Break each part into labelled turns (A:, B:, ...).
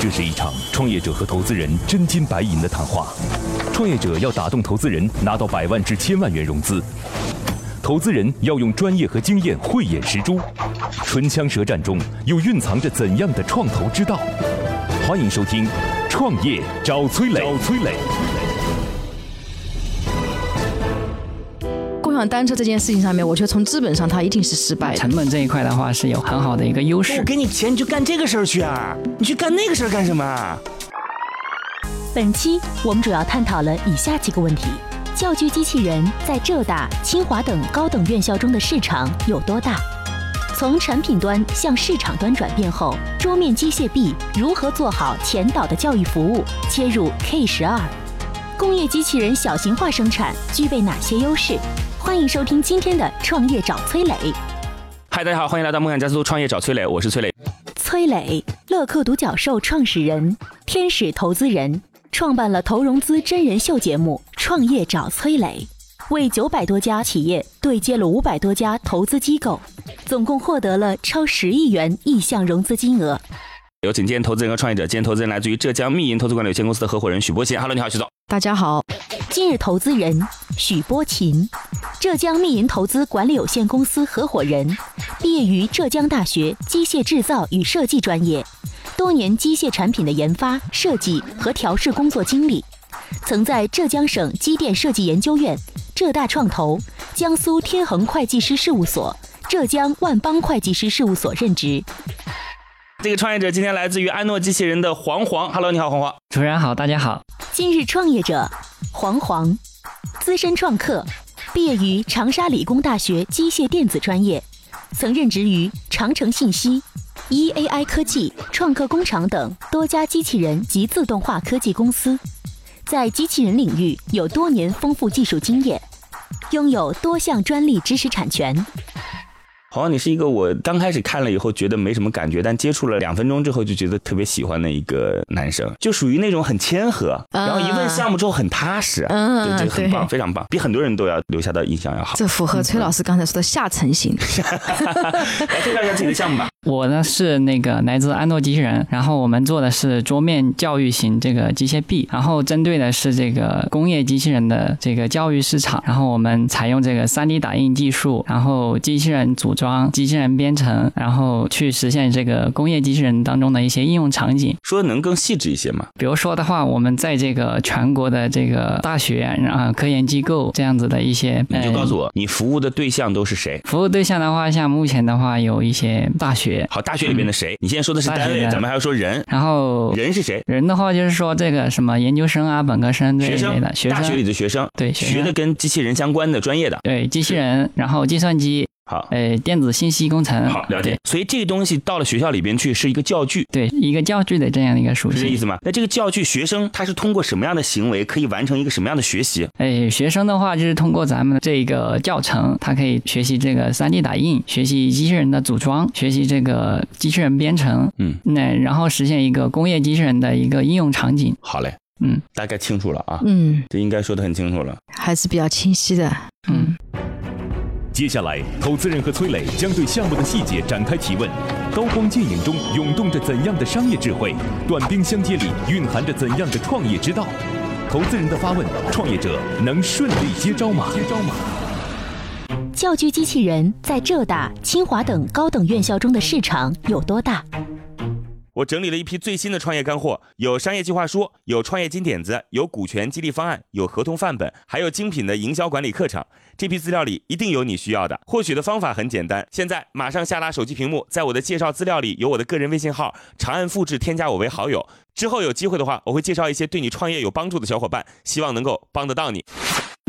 A: 这是一场创业者和投资人真金白银的谈话。创业者要打动投资人，拿到百万至千万元融资；投资人要用专业和经验慧眼识珠。唇枪舌战中，又蕴藏着怎样的创投之道？欢迎收听《创业找崔磊》。找崔磊。
B: 共享单车这件事情上面，我觉得从资本上它一定是失败的。
C: 成本这一块的话是有很好的一个优势
D: 我。给你钱，你就干这个事儿去啊！你去干那个事儿干什么啊？
E: 本期我们主要探讨了以下几个问题：教具机器人在浙大、清华等高等院校中的市场有多大？从产品端向市场端转变后，桌面机械臂如何做好前导的教育服务？切入 K 十二，工业机器人小型化生产具备哪些优势？欢迎收听今天的《创业找崔磊》。
D: 嗨，大家好，欢迎来到梦想加速度创业找崔磊，我是崔磊。
E: 崔磊，乐客独角兽创始人、天使投资人，创办了投融资真人秀节目《创业找崔磊》，为九百多家企业对接了五百多家投资机构，总共获得了超十亿元意向融资金额。
D: 有请今天投资人和创业者，今天投资人来自于浙江密银投资管理有限公司的合伙人许波贤。Hello，你好，许总。
B: 大家好，
E: 今日投资人许波琴，浙江密银投资管理有限公司合伙人，毕业于浙江大学机械制造与设计专业，多年机械产品的研发、设计和调试工作经历，曾在浙江省机电设计研究院、浙大创投、江苏天恒会计师事务所、浙江万邦会计师事务所任职。
D: 这个创业者今天来自于安诺机器人的黄黄。Hello，你好，黄黄。
C: 主持人好，大家好。
E: 今日创业者黄黄，资深创客，毕业于长沙理工大学机械电子专业，曾任职于长城信息、EAI 科技、创客工厂等多家机器人及自动化科技公司，在机器人领域有多年丰富技术经验，拥有多项专利知识产权。
D: 黄黄，你是一个我刚开始看了以后觉得没什么感觉，但接触了两分钟之后就觉得特别喜欢的一个男生，就属于那种很谦和，然后一问项目之后很踏实，
B: 嗯
D: 嗯啊对，这个很棒，嗯
B: 对
D: 非常棒，比很多人都要留下的印象要好。
B: 这符合崔老师刚才说的下沉型。
D: 来介绍一下自己的项目吧。
C: 我呢是那个来自安诺机器人，然后我们做的是桌面教育型这个机械臂，然后针对的是这个工业机器人的这个教育市场，然后我们采用这个 3D 打印技术，然后机器人组装、机器人编程，然后去实现这个工业机器人当中的一些应用场景。
D: 说的能更细致一些吗？
C: 比如说的话，我们在这个全国的这个大学啊、科研机构这样子的一些，呃
D: 你就告诉
C: 我。
D: 我，你服务的对象都是谁？
C: 服务对象的话，像目前的话有一些大学，
D: 好，大学里面的谁？你现在说的是
C: 嗯大学
D: 单
C: 里
D: 位，
C: 面哦
D: 咱们还要说人，
C: 然后
D: 人是谁？
C: 人的话就是说这个什么研究生啊、本科生这
D: 学
C: 一类
D: 生
C: 的，学
D: 大学里
C: 生，
D: 的学生，
C: 对学
D: 学
C: 生
D: 的跟机器人相关的专业的。
C: 对机器人，然后计算机，
D: 好，
C: 呃，电子信息工程，
D: 好，了解。所以这个东西到了学校里边去是一个教具。
C: 对，对一个教具的这样的一个属
D: 是这意
C: 性。
D: 思吗？那这个教具，学生他是通过什么样的行为可以完成一个什么样的学习？
C: 哎，学生的话就是通过咱们的这个教程，他可以学习这个 3D 打印，学习机器人的组装，学习这个机器人编程，
D: 嗯，
C: 那然后实现一个工业机器人的一个应用场景。
D: 好嘞，
C: 嗯，
D: 大概清楚了啊，
B: 嗯，
D: 这应该说的很清楚了。
B: 还是比较清晰的。
C: 嗯，
A: 接下来，投资人和崔磊将对项目的细节展开提问。刀光剑影中涌动着怎样的商业智慧？短兵相接里蕴含着怎样的创业之道？投资人的发问，创业者能顺利接招吗？接招吗？
E: 教具机器人在浙大、清华等高等院校中的市场有多大？
D: 我整理了一批最新的创业干货，有商业计划书，有创业金点子，有股权激励方案，有合同范本，还有精品的营销管理课程。这批资料里一定有你需要的。获取的方法很简单，现在马上下拉手机屏幕，在我的介绍资料里有我的个人微信号，长按复制添加我为好友。之后有机会的话，我会介绍一些对你创业有帮助的小伙伴，希望能够帮得到你。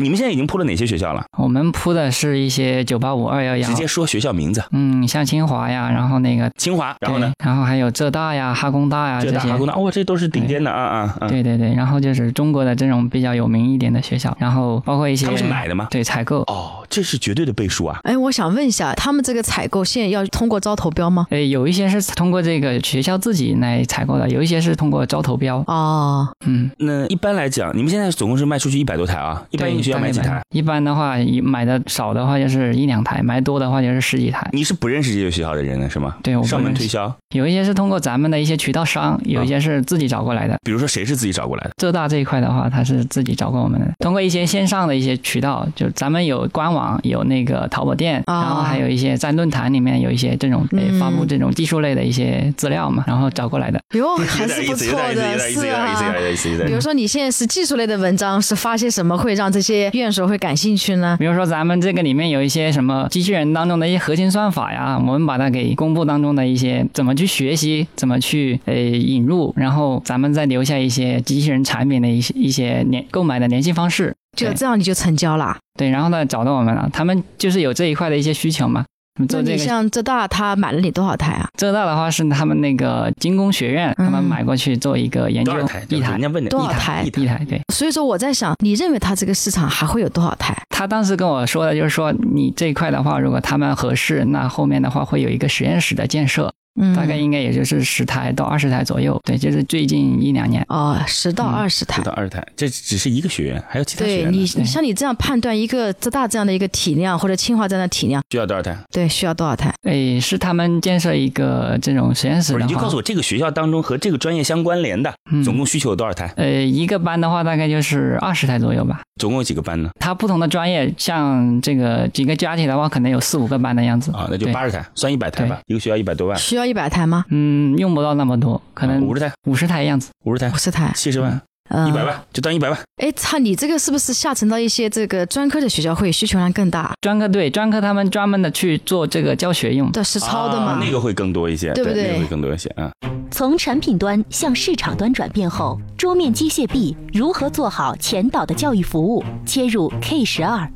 D: 你们现在已经铺了哪些学校了？
C: 我们铺的是一些九八五二幺幺
D: 直，接说学校名字，
C: 嗯，像清华呀，然后那个
D: 清华，然后呢？
C: 对？然后还有浙大呀、哈工大呀
D: 浙
C: 这
D: 大、
C: 些
D: 哈。工大，哦，这都是顶尖的啊啊啊！
C: 对对对，然后就是中国的这种比较有名一点的学校，然后包括一些
D: 他们是买的吗
C: 对，采购。
D: 哦，这是绝对的背书啊！
B: 哎，我想问一下，他们这个采购现在要通过招投标吗？
C: 呃，有一些是通过这个学校自己来采购的，有一些是通过招投标。
B: 哦，
C: 嗯，
D: 那一般来讲，你们现在总共是卖出去一百多台啊，一般
C: 对
D: 应你需要
C: 大
D: 买
C: 概
D: 几
C: 百分
D: 台？
C: 一般的话，一买的少的话就是一两台，买多的话就是十几台。
D: 你是不认识这些学校的人的是吗？
C: 对我不
D: 上门
C: 认识
D: 推销，
C: 有一些是通过咱们的一些渠道商，有一些是自己找过来的。
D: 比如说谁是自己找过来的？
C: 浙大这一块的话，它是自己找过我们的，通过一些线上的一些渠道，就咱们有官网，有那个淘宝店，
B: 啊
C: 然后还有一些在论坛里面有一些这种、
B: 嗯
C: 呃、发布这种技术类的一些资料嘛，然后找过来的。
B: 哟，
D: 有
B: 还是
D: 点
B: 不
D: 意思，
B: 错
D: 有点意思，有
B: 的，
D: 点意
B: 是
D: 思，有
B: 啊。
D: 点意思，嗯有点意思，有点
B: 比
D: 意
B: 如
D: 思。
B: 说你现在是技术类的文章，是发些什么会让这些院士会感兴趣呢？
C: 比如说咱们这个里面有一些什么机器人当中的一些核心算法呀，我们把它给公布当中的一些怎么去学习，怎么去呃引入，然后咱们再留下一些机器人产品的一些一些联购买的联系方式。
B: 就
C: 对
B: 这样你就成交啦。
C: 对，然后呢找到我们了，他们就是有这一块的一些需求嘛。那
B: 那
C: 么做这
B: 你
C: 个
B: 像浙大，他买了你多少台啊？
C: 浙大的话是他们那个精工学院，
B: 嗯
C: 他们买过去做一个研究
D: 多少嗯台？，
C: 一
D: 就是
C: 台哎
D: 人家问的，
B: 多少
D: 一
B: 台
D: 一
C: 一台对。
B: 所以说我在想，你认为他这个市场还会有多少台？
C: 他当时跟我说的就是说，你这一块的话，如果他们合适，那后面的话会有一个实验室的建设，
B: 嗯，
C: 大概应该也就是十台到二十台左右。对，就是最近一两年。
B: 哦，十到
C: 嗯
B: 二十台
D: 不。到二台，这只是一个学院，还有其他学
B: 对
D: 院呢
B: 你，
C: 对
B: 你像你这样判断一个浙大这样的一个体量，或者清华这样的体量，
D: 需要多少台？
B: 对，需要多少台？
C: 诶，哎是他们建设一个这种实验室
D: 不
C: 的话，
D: 是，你就告诉我这个学校当中和这个专业相关联的，
C: 嗯
D: 总共需求有多少台？
C: 呃，一个班的话大概就是二十台左右吧。
D: 总共有几个班呢？
C: 它不同的专业，像这个几个加起来的话，可能有四五个班的样子
D: 啊，那就
C: 对
D: 八十台，算一百台吧。一个学校一百多万，
B: 需要一百台吗？
C: 嗯，用不到那么多，可能
D: 啊五十台，
C: 五十台样子。
D: 五十台
B: 五，十台，
D: 七十万，
B: 嗯，
D: 啊一百。万，就当一百万。
B: 哎，操，你这个是不是下沉到一些这个专科的学校会需求量更大？
C: 专科对专科，他们专门的去做这个教学用。
B: 对，实操的嘛。
D: 啊那个会更多一些，
B: 对不对
D: 那个会更多一些啊。
E: 从产品端向市场端转变后，桌面机械臂如何做好前导的教育服务？切入 K 十二。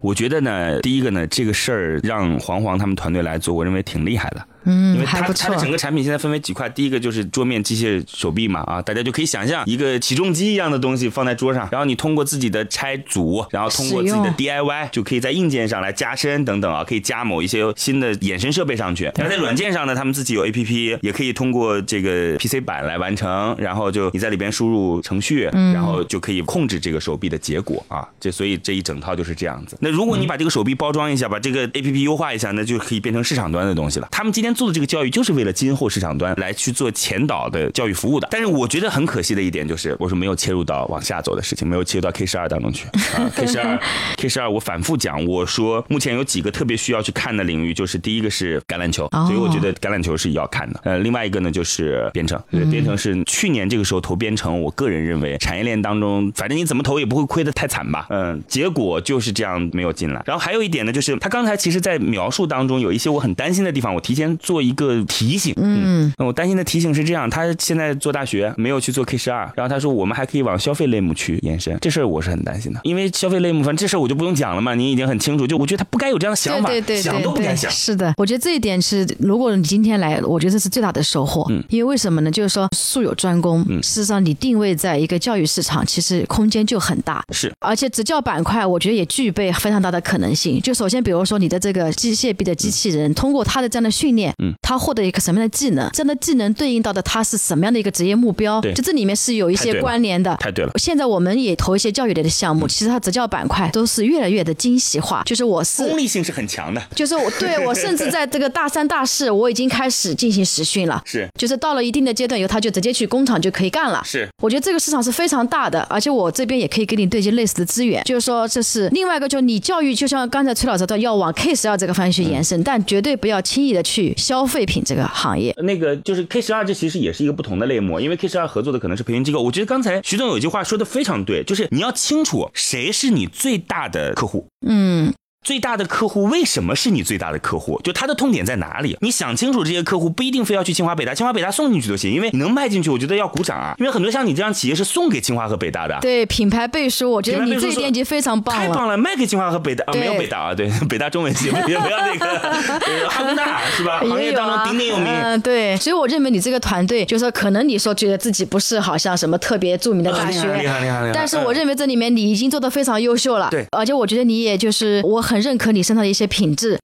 D: 我觉得呢，第一个呢，这个事儿让黄黄他们团队来做，我认为挺厉害的，因
B: 嗯，
D: 为
B: 还
D: 它
B: 不
D: 它
B: 错
D: 的。整个产品现在分为几块，第一个就是桌面机械手臂嘛，啊，大家就可以想象一个起重机一样的东西放在桌上，然后你通过自己的拆组，然后通过自己
B: 使
D: 的
B: 用
D: DIY 就可以在硬件上来加深等等啊，可以加某一些新的衍生设备上去。然后在软件上呢，他们自己有 APP，也可以通过这个 PC 版来完成，然后就你在里边输入程序，
B: 嗯
D: 然后就可以控制这个手臂的结果啊。这所以这一整套就是这样子。那如
B: 嗯
D: 果你把这个手臂包装一下，把这个 APP 优化一下，那就可以变成市场端的东西了。他们今天做的这个教育，就是为了今后市场端来去做前导的教育服务的。但是我觉得很可惜的一点就是，我说没有切入到往下走的事情，没有切入到 K 十二当中去啊。K 十二 K 十二，我反复讲，我说目前有几个特别需要去看的领域，就是第一个是橄榄球，
B: 哦
D: 所以我觉得呃橄榄球是要看的。呃，另外一个呢就是编程，
B: 嗯
D: 对，编程是去年这个时候投编程，我个人认为产业链当中，反正你怎么投也不会亏得太惨吧。嗯，结果就是这样没有进来。然后还有一点呢，就是他刚才其实在描述当中有一些我很担心的地方，我提前做一个提醒。
B: 嗯，
D: 那我担心的提醒是这样，他现在做大学没有去做 K 十二，然后他说我们还可以往消费类目去延伸，这事儿我是很担心的，因为消费类目，反正这事儿我就不用讲了嘛，你已经很清楚，就我觉得他不该有这样的想
B: 对
D: 法，
B: 对对
D: 想
B: 对
D: 都不
B: 对，
D: 敢想。
B: 是的，我觉得这一点是，如果你今天来，我觉得这是最大的收获。
D: 嗯
B: 因为为什么呢？就是说术有专攻，
D: 嗯
B: 事实上你定位在一个教育市场，其实空间就很大。
D: 是，
B: 而且执教板块，我觉得也具备非常大的可能性。就首先，比如说你的这个机械臂的机器人，通过他的这样的训练，
D: 嗯，
B: 他获得一个什么样的技能，这样的技能对应到的他是什么样的一个职业目标，
D: 对
B: 就这里面是有一
D: 太对
B: 些
D: 了
B: 关联的。
D: 太对了。
B: 现在我们也投一些教育类的项目，其实它执教板块都是越来越的精细化，就是我是
D: 嗯功利性是很强的，
B: 就是我对我甚至在这个大三、大四，我已经开始进行实训了。
D: 是
B: 就是到了一定的阶段以后，他就直接去工厂就可以干了。
D: 是，
B: 我觉得这个市场是非常大的，而且我这边也可以给你对接类似的资源。就是说，这是另外一个，就是你教育，就像刚才崔老师说，要往 K 十二这个方向去延伸，但绝对不要轻易的去消费品这个行业。
D: 那个就是 K 十二，这其实也是一个不同的类目，因为 K 十二合作的可能是培训机构。我觉得刚才徐总有一句话说的非常对，就是你要清楚谁是你最大的客户。
B: 嗯，
D: 最大的客户为什么是你最大的客户？就他的痛点在哪里？你想清楚，这些客户不一定非要去清华北大，清华北大送进去就行，因为你能卖进去，我觉得要鼓掌啊。因为很多像你这样企业是送给清华和北大的，
B: 对，品牌背书，我觉得
D: 品牌
B: 你
D: 背书
B: 这一
D: 是
B: 点已经非常棒
D: 太
B: 了。
D: 棒了，卖给清华和北大啊，
B: 对
D: 没有北大啊，对， 北大中文系也不要那 个呃哈工大是吧？行
B: 也
D: 业
B: 有
D: 当
B: 啊
D: 中鼎鼎有名。
B: 嗯，对，所以我认为你这个团队，就是说可能你说觉得自己不是好像什么特别著名的
D: 啊
B: 大
D: 厉
B: 学，
D: 害厉害厉害厉害！
B: 但是我
D: 嗯
B: 认为这里面你已经做得非常优秀了，
D: 对
B: 而且我觉得你也就是我很认可你身上的一些品质，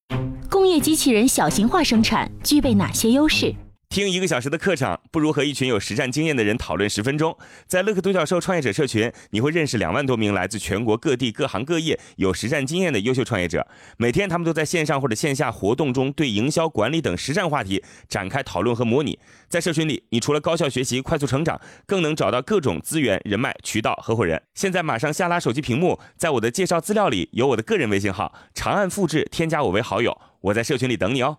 E: 工业机器人小型化生产具备哪些优势？
D: 听一个小时的课程，不如和一群有实战经验的人讨论十分钟。在乐客独角兽创业者社群，你会认识两万多名来自全国各地各行各业有实战经验的优秀创业者。每天，他们都在线上或者线下活动中对营销、管理等实战话题展开讨论和模拟。在社群里，你除了高效学习、快速成长，更能找到各种资源、人脉、渠道、合伙人。现在马上下拉手机屏幕，在我的介绍资料里有我的个人微信号，长按复制，添加我为好友。我在社群里等你哦。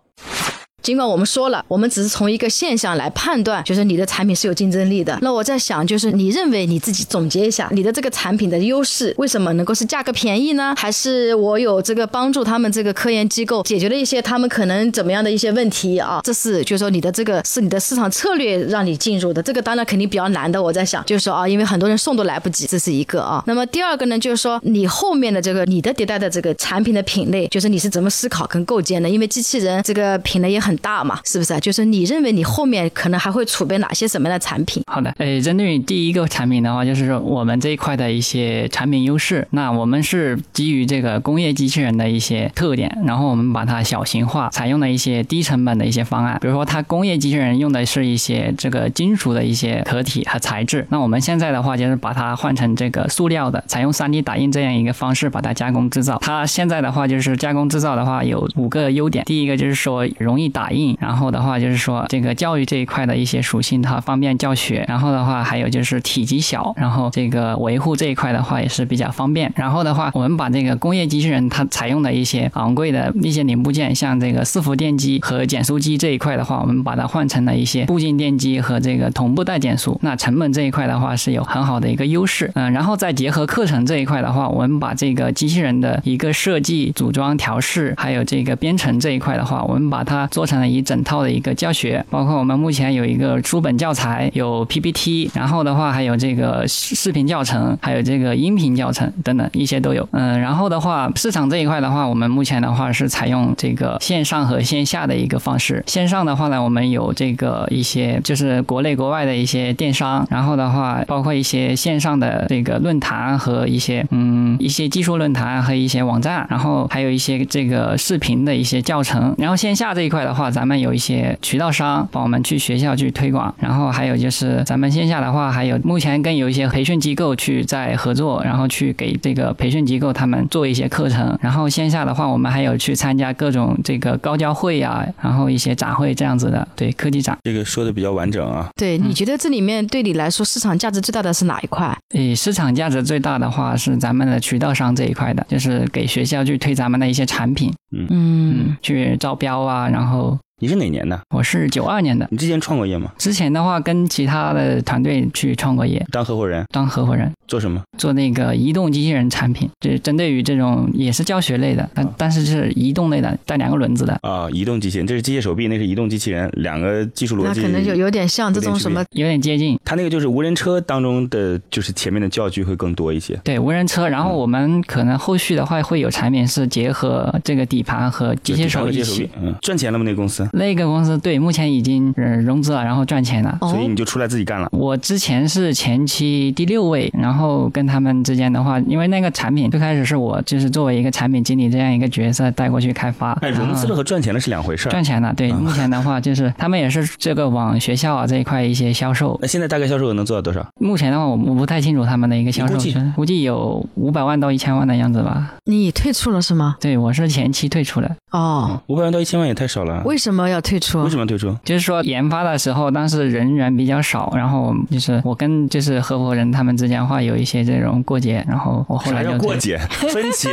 B: 尽管我们说了，我们只是从一个现象来判断，就是你的产品是有竞争力的。那我在想，就是你认为你自己总结一下你的这个产品的优势，为什么能够是价格便宜呢？还是我有这个帮助他们这个科研机构解决了一些他们可能怎么样的一些问题啊？这是就是说你的这个是你的市场策略让你进入的，这个当然肯定比较难的。我在想，就是说啊，因为很多人送都来不及，这是一个啊。那么第二个呢，就是说你后面的这个你的迭代的这个产品的品类，就是你是怎么思考跟构建的？因为机器人这个品类也很。很大嘛，是不是啊？就是你认为你后面可能还会储备哪些什么样的产品？
C: 好的，诶，针对于第一个产品的话，就是说我们这一块的一些产品优势。那我们是基于这个工业机器人的一些特点，然后我们把它小型化，采用了一些低成本的一些方案。比如说，它工业机器人用的是一些这个金属的一些壳体和材质。那我们现在的话，就是把它换成这个塑料的，采用 3D 打印这样一个方式把它加工制造。它现在的话，就是加工制造的话有五个优点。第一个就是说容易打。打印，然后的话就是说这个教育这一块的一些属性，它方便教学。然后的话还有就是体积小，然后这个维护这一块的话也是比较方便。然后的话，我们把这个工业机器人它采用的一些昂贵的一些零部件，像这个伺服电机和减速机这一块的话，我们把它换成了一些步进电机和这个同步带减速。那成本这一块的话是有很好的一个优势。嗯，然后再结合课程这一块的话，我们把这个机器人的一个设计、组装、调试，还有这个编程这一块的话，我们把它做成。一整套的一个教学，包括我们目前有一个书本教材，有 PPT，然后的话还有这个视频教程，还有这个音频教程等等一些都有。嗯，然后的话，市场这一块的话，我们目前的话是采用这个线上和线下的一个方式。线上的话呢，我们有这个一些就是国内国外的一些电商，然后的话包括一些线上的这个论坛和一些嗯一些技术论坛和一些网站，然后还有一些这个视频的一些教程。然后线下这一块的话。话，咱们有一些渠道商帮我们去学校去推广，然后还有就是咱们线下的话，还有目前跟有一些培训机构去在合作，然后去给这个培训机构他们做一些课程，然后线下的话，我们还有去参加各种这个高教会呀、啊，然后一些展会这样子的，对科技展。
D: 这个说的比较完整啊。
B: 对，你觉得这里面对你来说市场价值最大的是哪一块？
C: 诶、嗯，市场价值最大的话是咱们的渠道商这一块的，就是给学校去推咱们的一些产品，
D: 嗯
C: 嗯，去招标啊，然后。
D: 你是哪年的？
C: 我是九二年的。
D: 你之前创过业吗？
C: 之前的话，跟其他的团队去创过业，
D: 当合伙人，
C: 当合伙人
D: 做什么？
C: 做那个移动机器人产品，就是针对于这种也是教学类的，但、哦、但是是移动类的，带两个轮子的。
D: 啊、哦，移动机器人，这是机械手臂，那是移动机器人，两个技术逻辑
B: 可能就有点像这种什么，
C: 有点接近。
D: 它那个就是无人车当中的，就是前面的教具会更多一些。
C: 对，无人车。然后我们可能后续的话会有产品是结合这个底盘和机械手
D: 一起。嗯，赚钱了吗？那个公司？
C: 那个公司对，目前已经融资了，然后赚钱
B: 哦
C: 了，
D: 所以你就出来自己干了。
C: 我之前是前期第六位，然后跟他们之间的话，因为那个产品最开始是我就是作为一个产品经理这样一个角色带过去开发。
D: 哎，融资了和赚钱了是两回事
C: 啊
D: 儿。啊
C: 赚钱了，对，目前的话就是他们也是这个往学校啊这一块一些销售。
D: 那现在大概销售额能做到多少？
C: 目前的话，我我不太清楚他们的一个销售，估计有五百万到一千万的样子吧。
B: 你退出了是吗？
C: 对，我是前期退出的。
B: 哦，
D: 五百万到一千万也太少了。
B: 为什么？要退出？
D: 嗯为什么退出？
C: 就是说研发的时候，当时人员比较少，然后就是我跟就是合伙人他们之间的话有一些这种过节，然后我后来就
D: 过节分歧，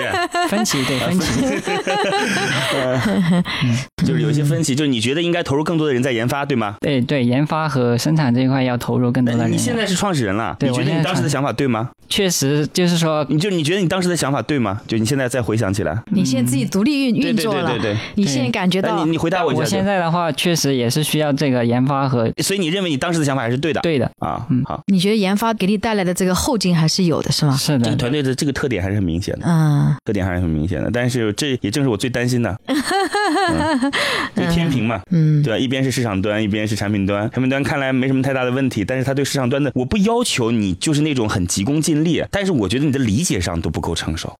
C: 分歧 对分歧
D: 嗯，就是有一些分歧，就是你觉得应该投入更多的人在研发，对吗？
C: 对对，研发和生产这一块要投入更多的人。
D: 你哎现在是创始人了，你觉得你当时的想法对吗？
C: 确实，就是说，
D: 你就你觉得你当时的想法对吗？就你现在再回想起来，
B: 你现在自己独立运运作了，
D: 对对对
B: 你现在感觉到
D: 你你回答我一下。
C: 现在的话，确实也是需要这个研发和，
D: 所以你认为你当时的想法还是对的？
C: 对的
D: 啊，
C: 嗯，
D: 好。
B: 你觉得研发给你带来的这个后劲还是有的，是吗？
C: 是的，
D: 这个啊团队的这个特点还是很明显的，
B: 嗯，
D: 特点还是很明显的。但是这也正是我最担心的， 嗯、就天平嘛，
B: 嗯，
D: 对吧？一边是市场端，一边是产品端。产品端看来没什么太大的问题，但是它对市场端的，我不要求你就是那种很急功近利，但是我觉得你的理解上都不够成 熟。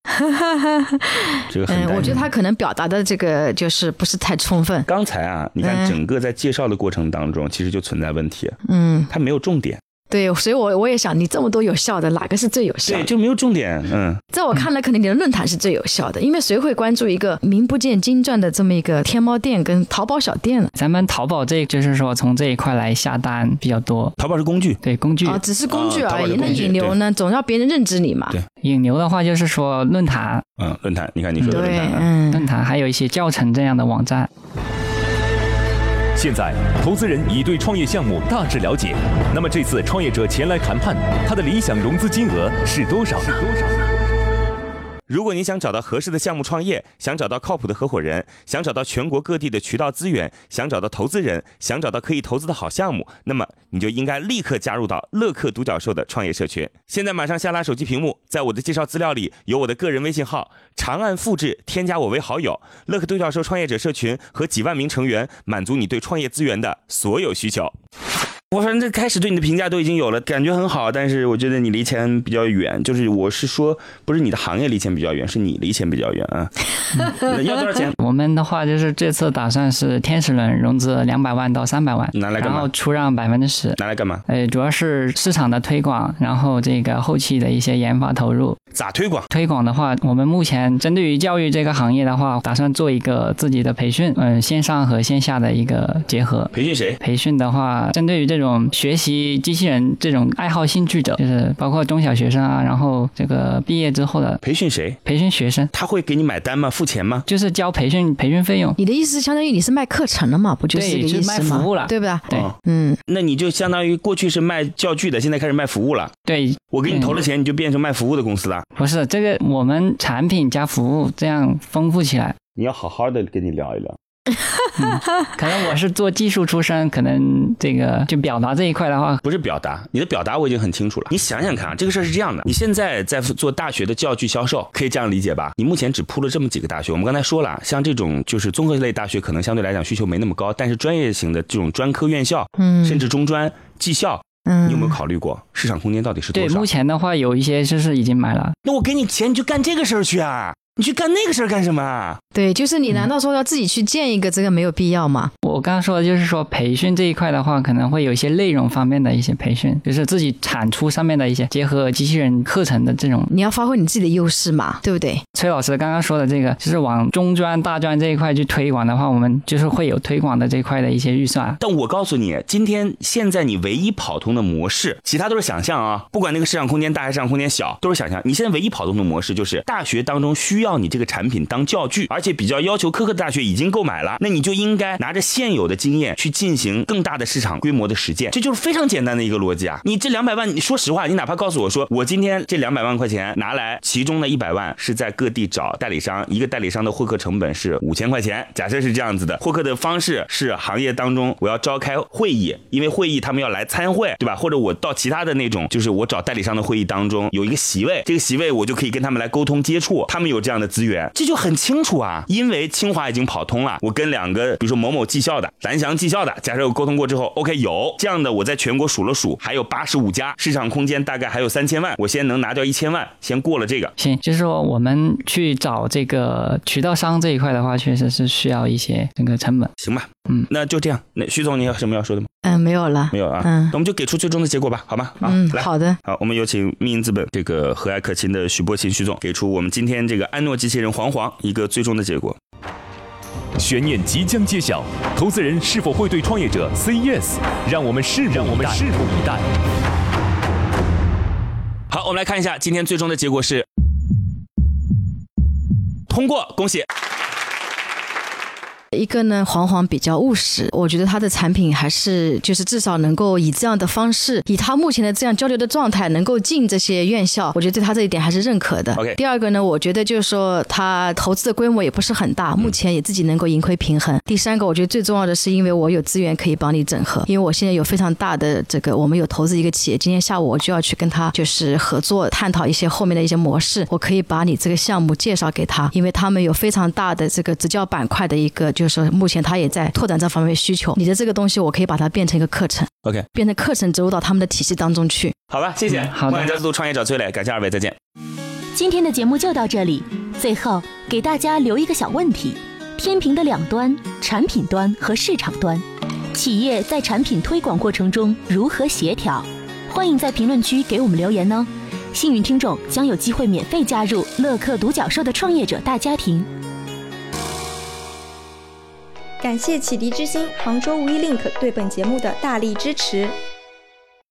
B: 这
D: 个很，
B: 嗯嗯，我觉得他可能表达的这个就是不是太充分。
D: 刚才。才啊，你看
B: 嗯
D: 整个在介绍的过程当中，其实就存在问题，
B: 嗯，
D: 它没有重点，
B: 对，所以我我也想，你这么多有效的，哪个是最有效
D: 对，
B: 的？
D: 就没有重点，嗯。
B: 在我看来，可能你的论坛是最有效的，因为谁会关注一个名不见经传的这么一个天猫店跟淘宝小店呢？
C: 咱们淘宝这就是说从这一块来下单比较多。
D: 淘宝是工具，
C: 对工具
B: 啊，只是工具
D: 啊淘宝
B: 而
D: 的
B: 已。那
D: 工具
B: 引流呢，总要别人认知你嘛。
D: 对
C: 引流的话，就是说论坛、
D: 嗯，论坛，你看你说的论
B: 对
D: 坛，啊，
B: 嗯，
C: 论坛还有一些教程这样的网站。
A: 现在，投资人已对创业项目大致了解。那么这次创业者前来谈判，他的理想融资金额是多少？是多少？
D: 如果你想找到合适的项目创业，想找到靠谱的合伙人，想找到全国各地的渠道资源，想找到投资人，想找到可以投资的好项目，那么你就应该立刻加入到乐客独角兽的创业社群。现在马上下拉手机屏幕，在我的介绍资料里有我的个人微信号，长按复制，添加我为好友。乐客独角兽创业者社群和几万名成员，满足你对创业资源的所有需求。我反正这开始对你的评价都已经有了，感觉很好，但是我觉得你离钱比较远。就是我是说，不是你的行业离钱比较远，是你离钱比较远啊。要多少钱？
C: 我们的话就是这次打算是天使轮融资两百万到三百万，
D: 拿来干
C: 然
D: 嘛
C: 后出让百分之十。
D: 拿来干嘛？
C: 呃，主要是市场的推广，然后这个后期的一些研发投入。
D: 咋推广？
C: 推广的话，我们目前针对于教育这个行业的话，打算做一个自己的培训，嗯，线上和线下的一个结合。
D: 培训谁？
C: 培训的话，针对于这种学习机器人这种爱好兴趣者，就是包括中小学生啊，然后这个毕业之后的
D: 培训谁？
C: 培训学生，
D: 他会给你买单吗？付钱吗？
C: 就是交培训培训费用。
B: 你的意思是相当于你是卖课程了嘛？不就是这
C: 对
B: 个意
C: 就是卖
B: 思吗
C: 服务了？
B: 对吧？
C: 对
D: 哦
B: 嗯，
D: 那你就相当于过去是卖教具的，现在开始卖服务了。
C: 对，
D: 我给你投了钱，你就变成卖服务的公司了。
C: 不是这个，我们产品加服务这样丰富起来。
D: 你要好好的跟你聊一聊。
C: 可能我是做技术出身，可能这个就表达这一块的话，
D: 不是表达，你的表达我已经很清楚了。你想想看啊，这个事儿是这样的：你现在在做大学的教具销售，可以这样理解吧？你目前只铺了这么几个大学。我们刚才说了，啊像这种就是综合类大学，可能相对来讲需求没那么高，但是专业型的这种专科院校，
B: 嗯
D: 甚至中专、技校，
B: 嗯，
D: 你有没有考虑过市场空间到底是
C: 对
D: 多少
C: 目？前的话有一些就是已经买了，
D: 那我给你钱，你就干这个事儿去啊！你去干那个事儿干什么啊？
B: 对，就是你难道说要自己去建一个这个没有必要吗？
C: 我刚刚说的就是说培训这一块的话，可能会有一些内容方面的一些培训，就是自己产出上面的一些结合机器人课程的这种。
B: 你要发挥你自己的优势嘛，对不对？
C: 崔老师刚刚说的这个，就是往中专、大专这一块去推广的话，我们就是会有推广的这一块的一些预算。
D: 但我告诉你，今天现在你唯一跑通的模式，其他都是想象啊，不管那个市场空间大还是市场空间小，都是想象。你现在唯一跑通的模式就是大学当中需要你这个产品当教具，而且比较要求苛刻的大学已经购买了，那你就应该拿着现有的经验去进行更大的市场规模的实践，这就是非常简单的一个逻辑啊。你这两百万，你说实话，你哪怕告诉我说，我今天这两百万块钱拿来，其中的一百万是在各地找代理商，一个代理商的获客成本是五千块钱，假设是这样子的，获客的方式是行业当中我要召开会议，因为会议他们要来参会，对吧？或者我到其他的那种，就是我找代理商的会议当中有一个席位，这个席位我就可以跟他们来沟通接触，他们有这样的资源，这就很清楚啊。因为清华已经跑通了，我跟两个比如说某某技校的、蓝翔技校的，假设我沟通过之后，OK 有这样的，我在全国数了数，还有八十五家，市场空间大概还有三千万，我先能拿掉一千万，先过了这个。
C: 行，就是说我们去找这个渠道商这一块的话，确实是需要一些这个成本。
D: 行吧，
C: 嗯，
D: 那就这样。那徐总，你有什么要说的吗？
B: 嗯，没有了。
D: 没有啊，
B: 嗯
D: 那我们就给出最终的结果吧，好吗？啊，
B: 嗯，
D: 来，
B: 好的，
D: 好，我们有请密银资本这个和蔼可亲的徐波琴徐总，给出我们今天这个安诺机器人黄黄一个最终的结果。
A: 悬念即将揭晓，投资人是否会对创业者 say yes？让我们拭目让我们拭目以待。
D: 好，我们来看一下今天最终的结果是通过，恭喜！
B: 一个呢，黄黄比较务实，我觉得他的产品还是就是至少能够以这样的方式，以他目前的这样交流的状态，能够进这些院校，我觉得对他这一点还是认可的。
D: OK
B: 第二个呢，我觉得就是说他投资的规模也不是很大，目前也自己能够盈亏平衡。第三个，我觉得最重要的是，因为我有资源可以帮你整合，因为我现在有非常大的这个，我们有投资一个企业，今天下午我就要去跟他就是合作，探讨一些后面的一些模式，我可以把你这个项目介绍给他，因为他们有非常大的这个执教板块的一个，就是说目前他也在拓展这方面的需求，你的这个东西我可以把它变成一个课程
D: OK
B: 变成课程植入到他们的体系当中去。
D: 好吧，谢谢。
C: 嗯好的
D: 梦想加速度创业找崔磊，感谢二位，再见。
E: 今天的节目就到这里。最后给大家留一个小问题：天平的两端，产品端和市场端，企业在产品推广过程中如何协调？欢迎在评论区给我们留言哦。幸运听众将有机会免费加入乐客独角兽的创业者大家庭。
F: 感谢启迪之星、杭州无一 link 对本节目的大力支持。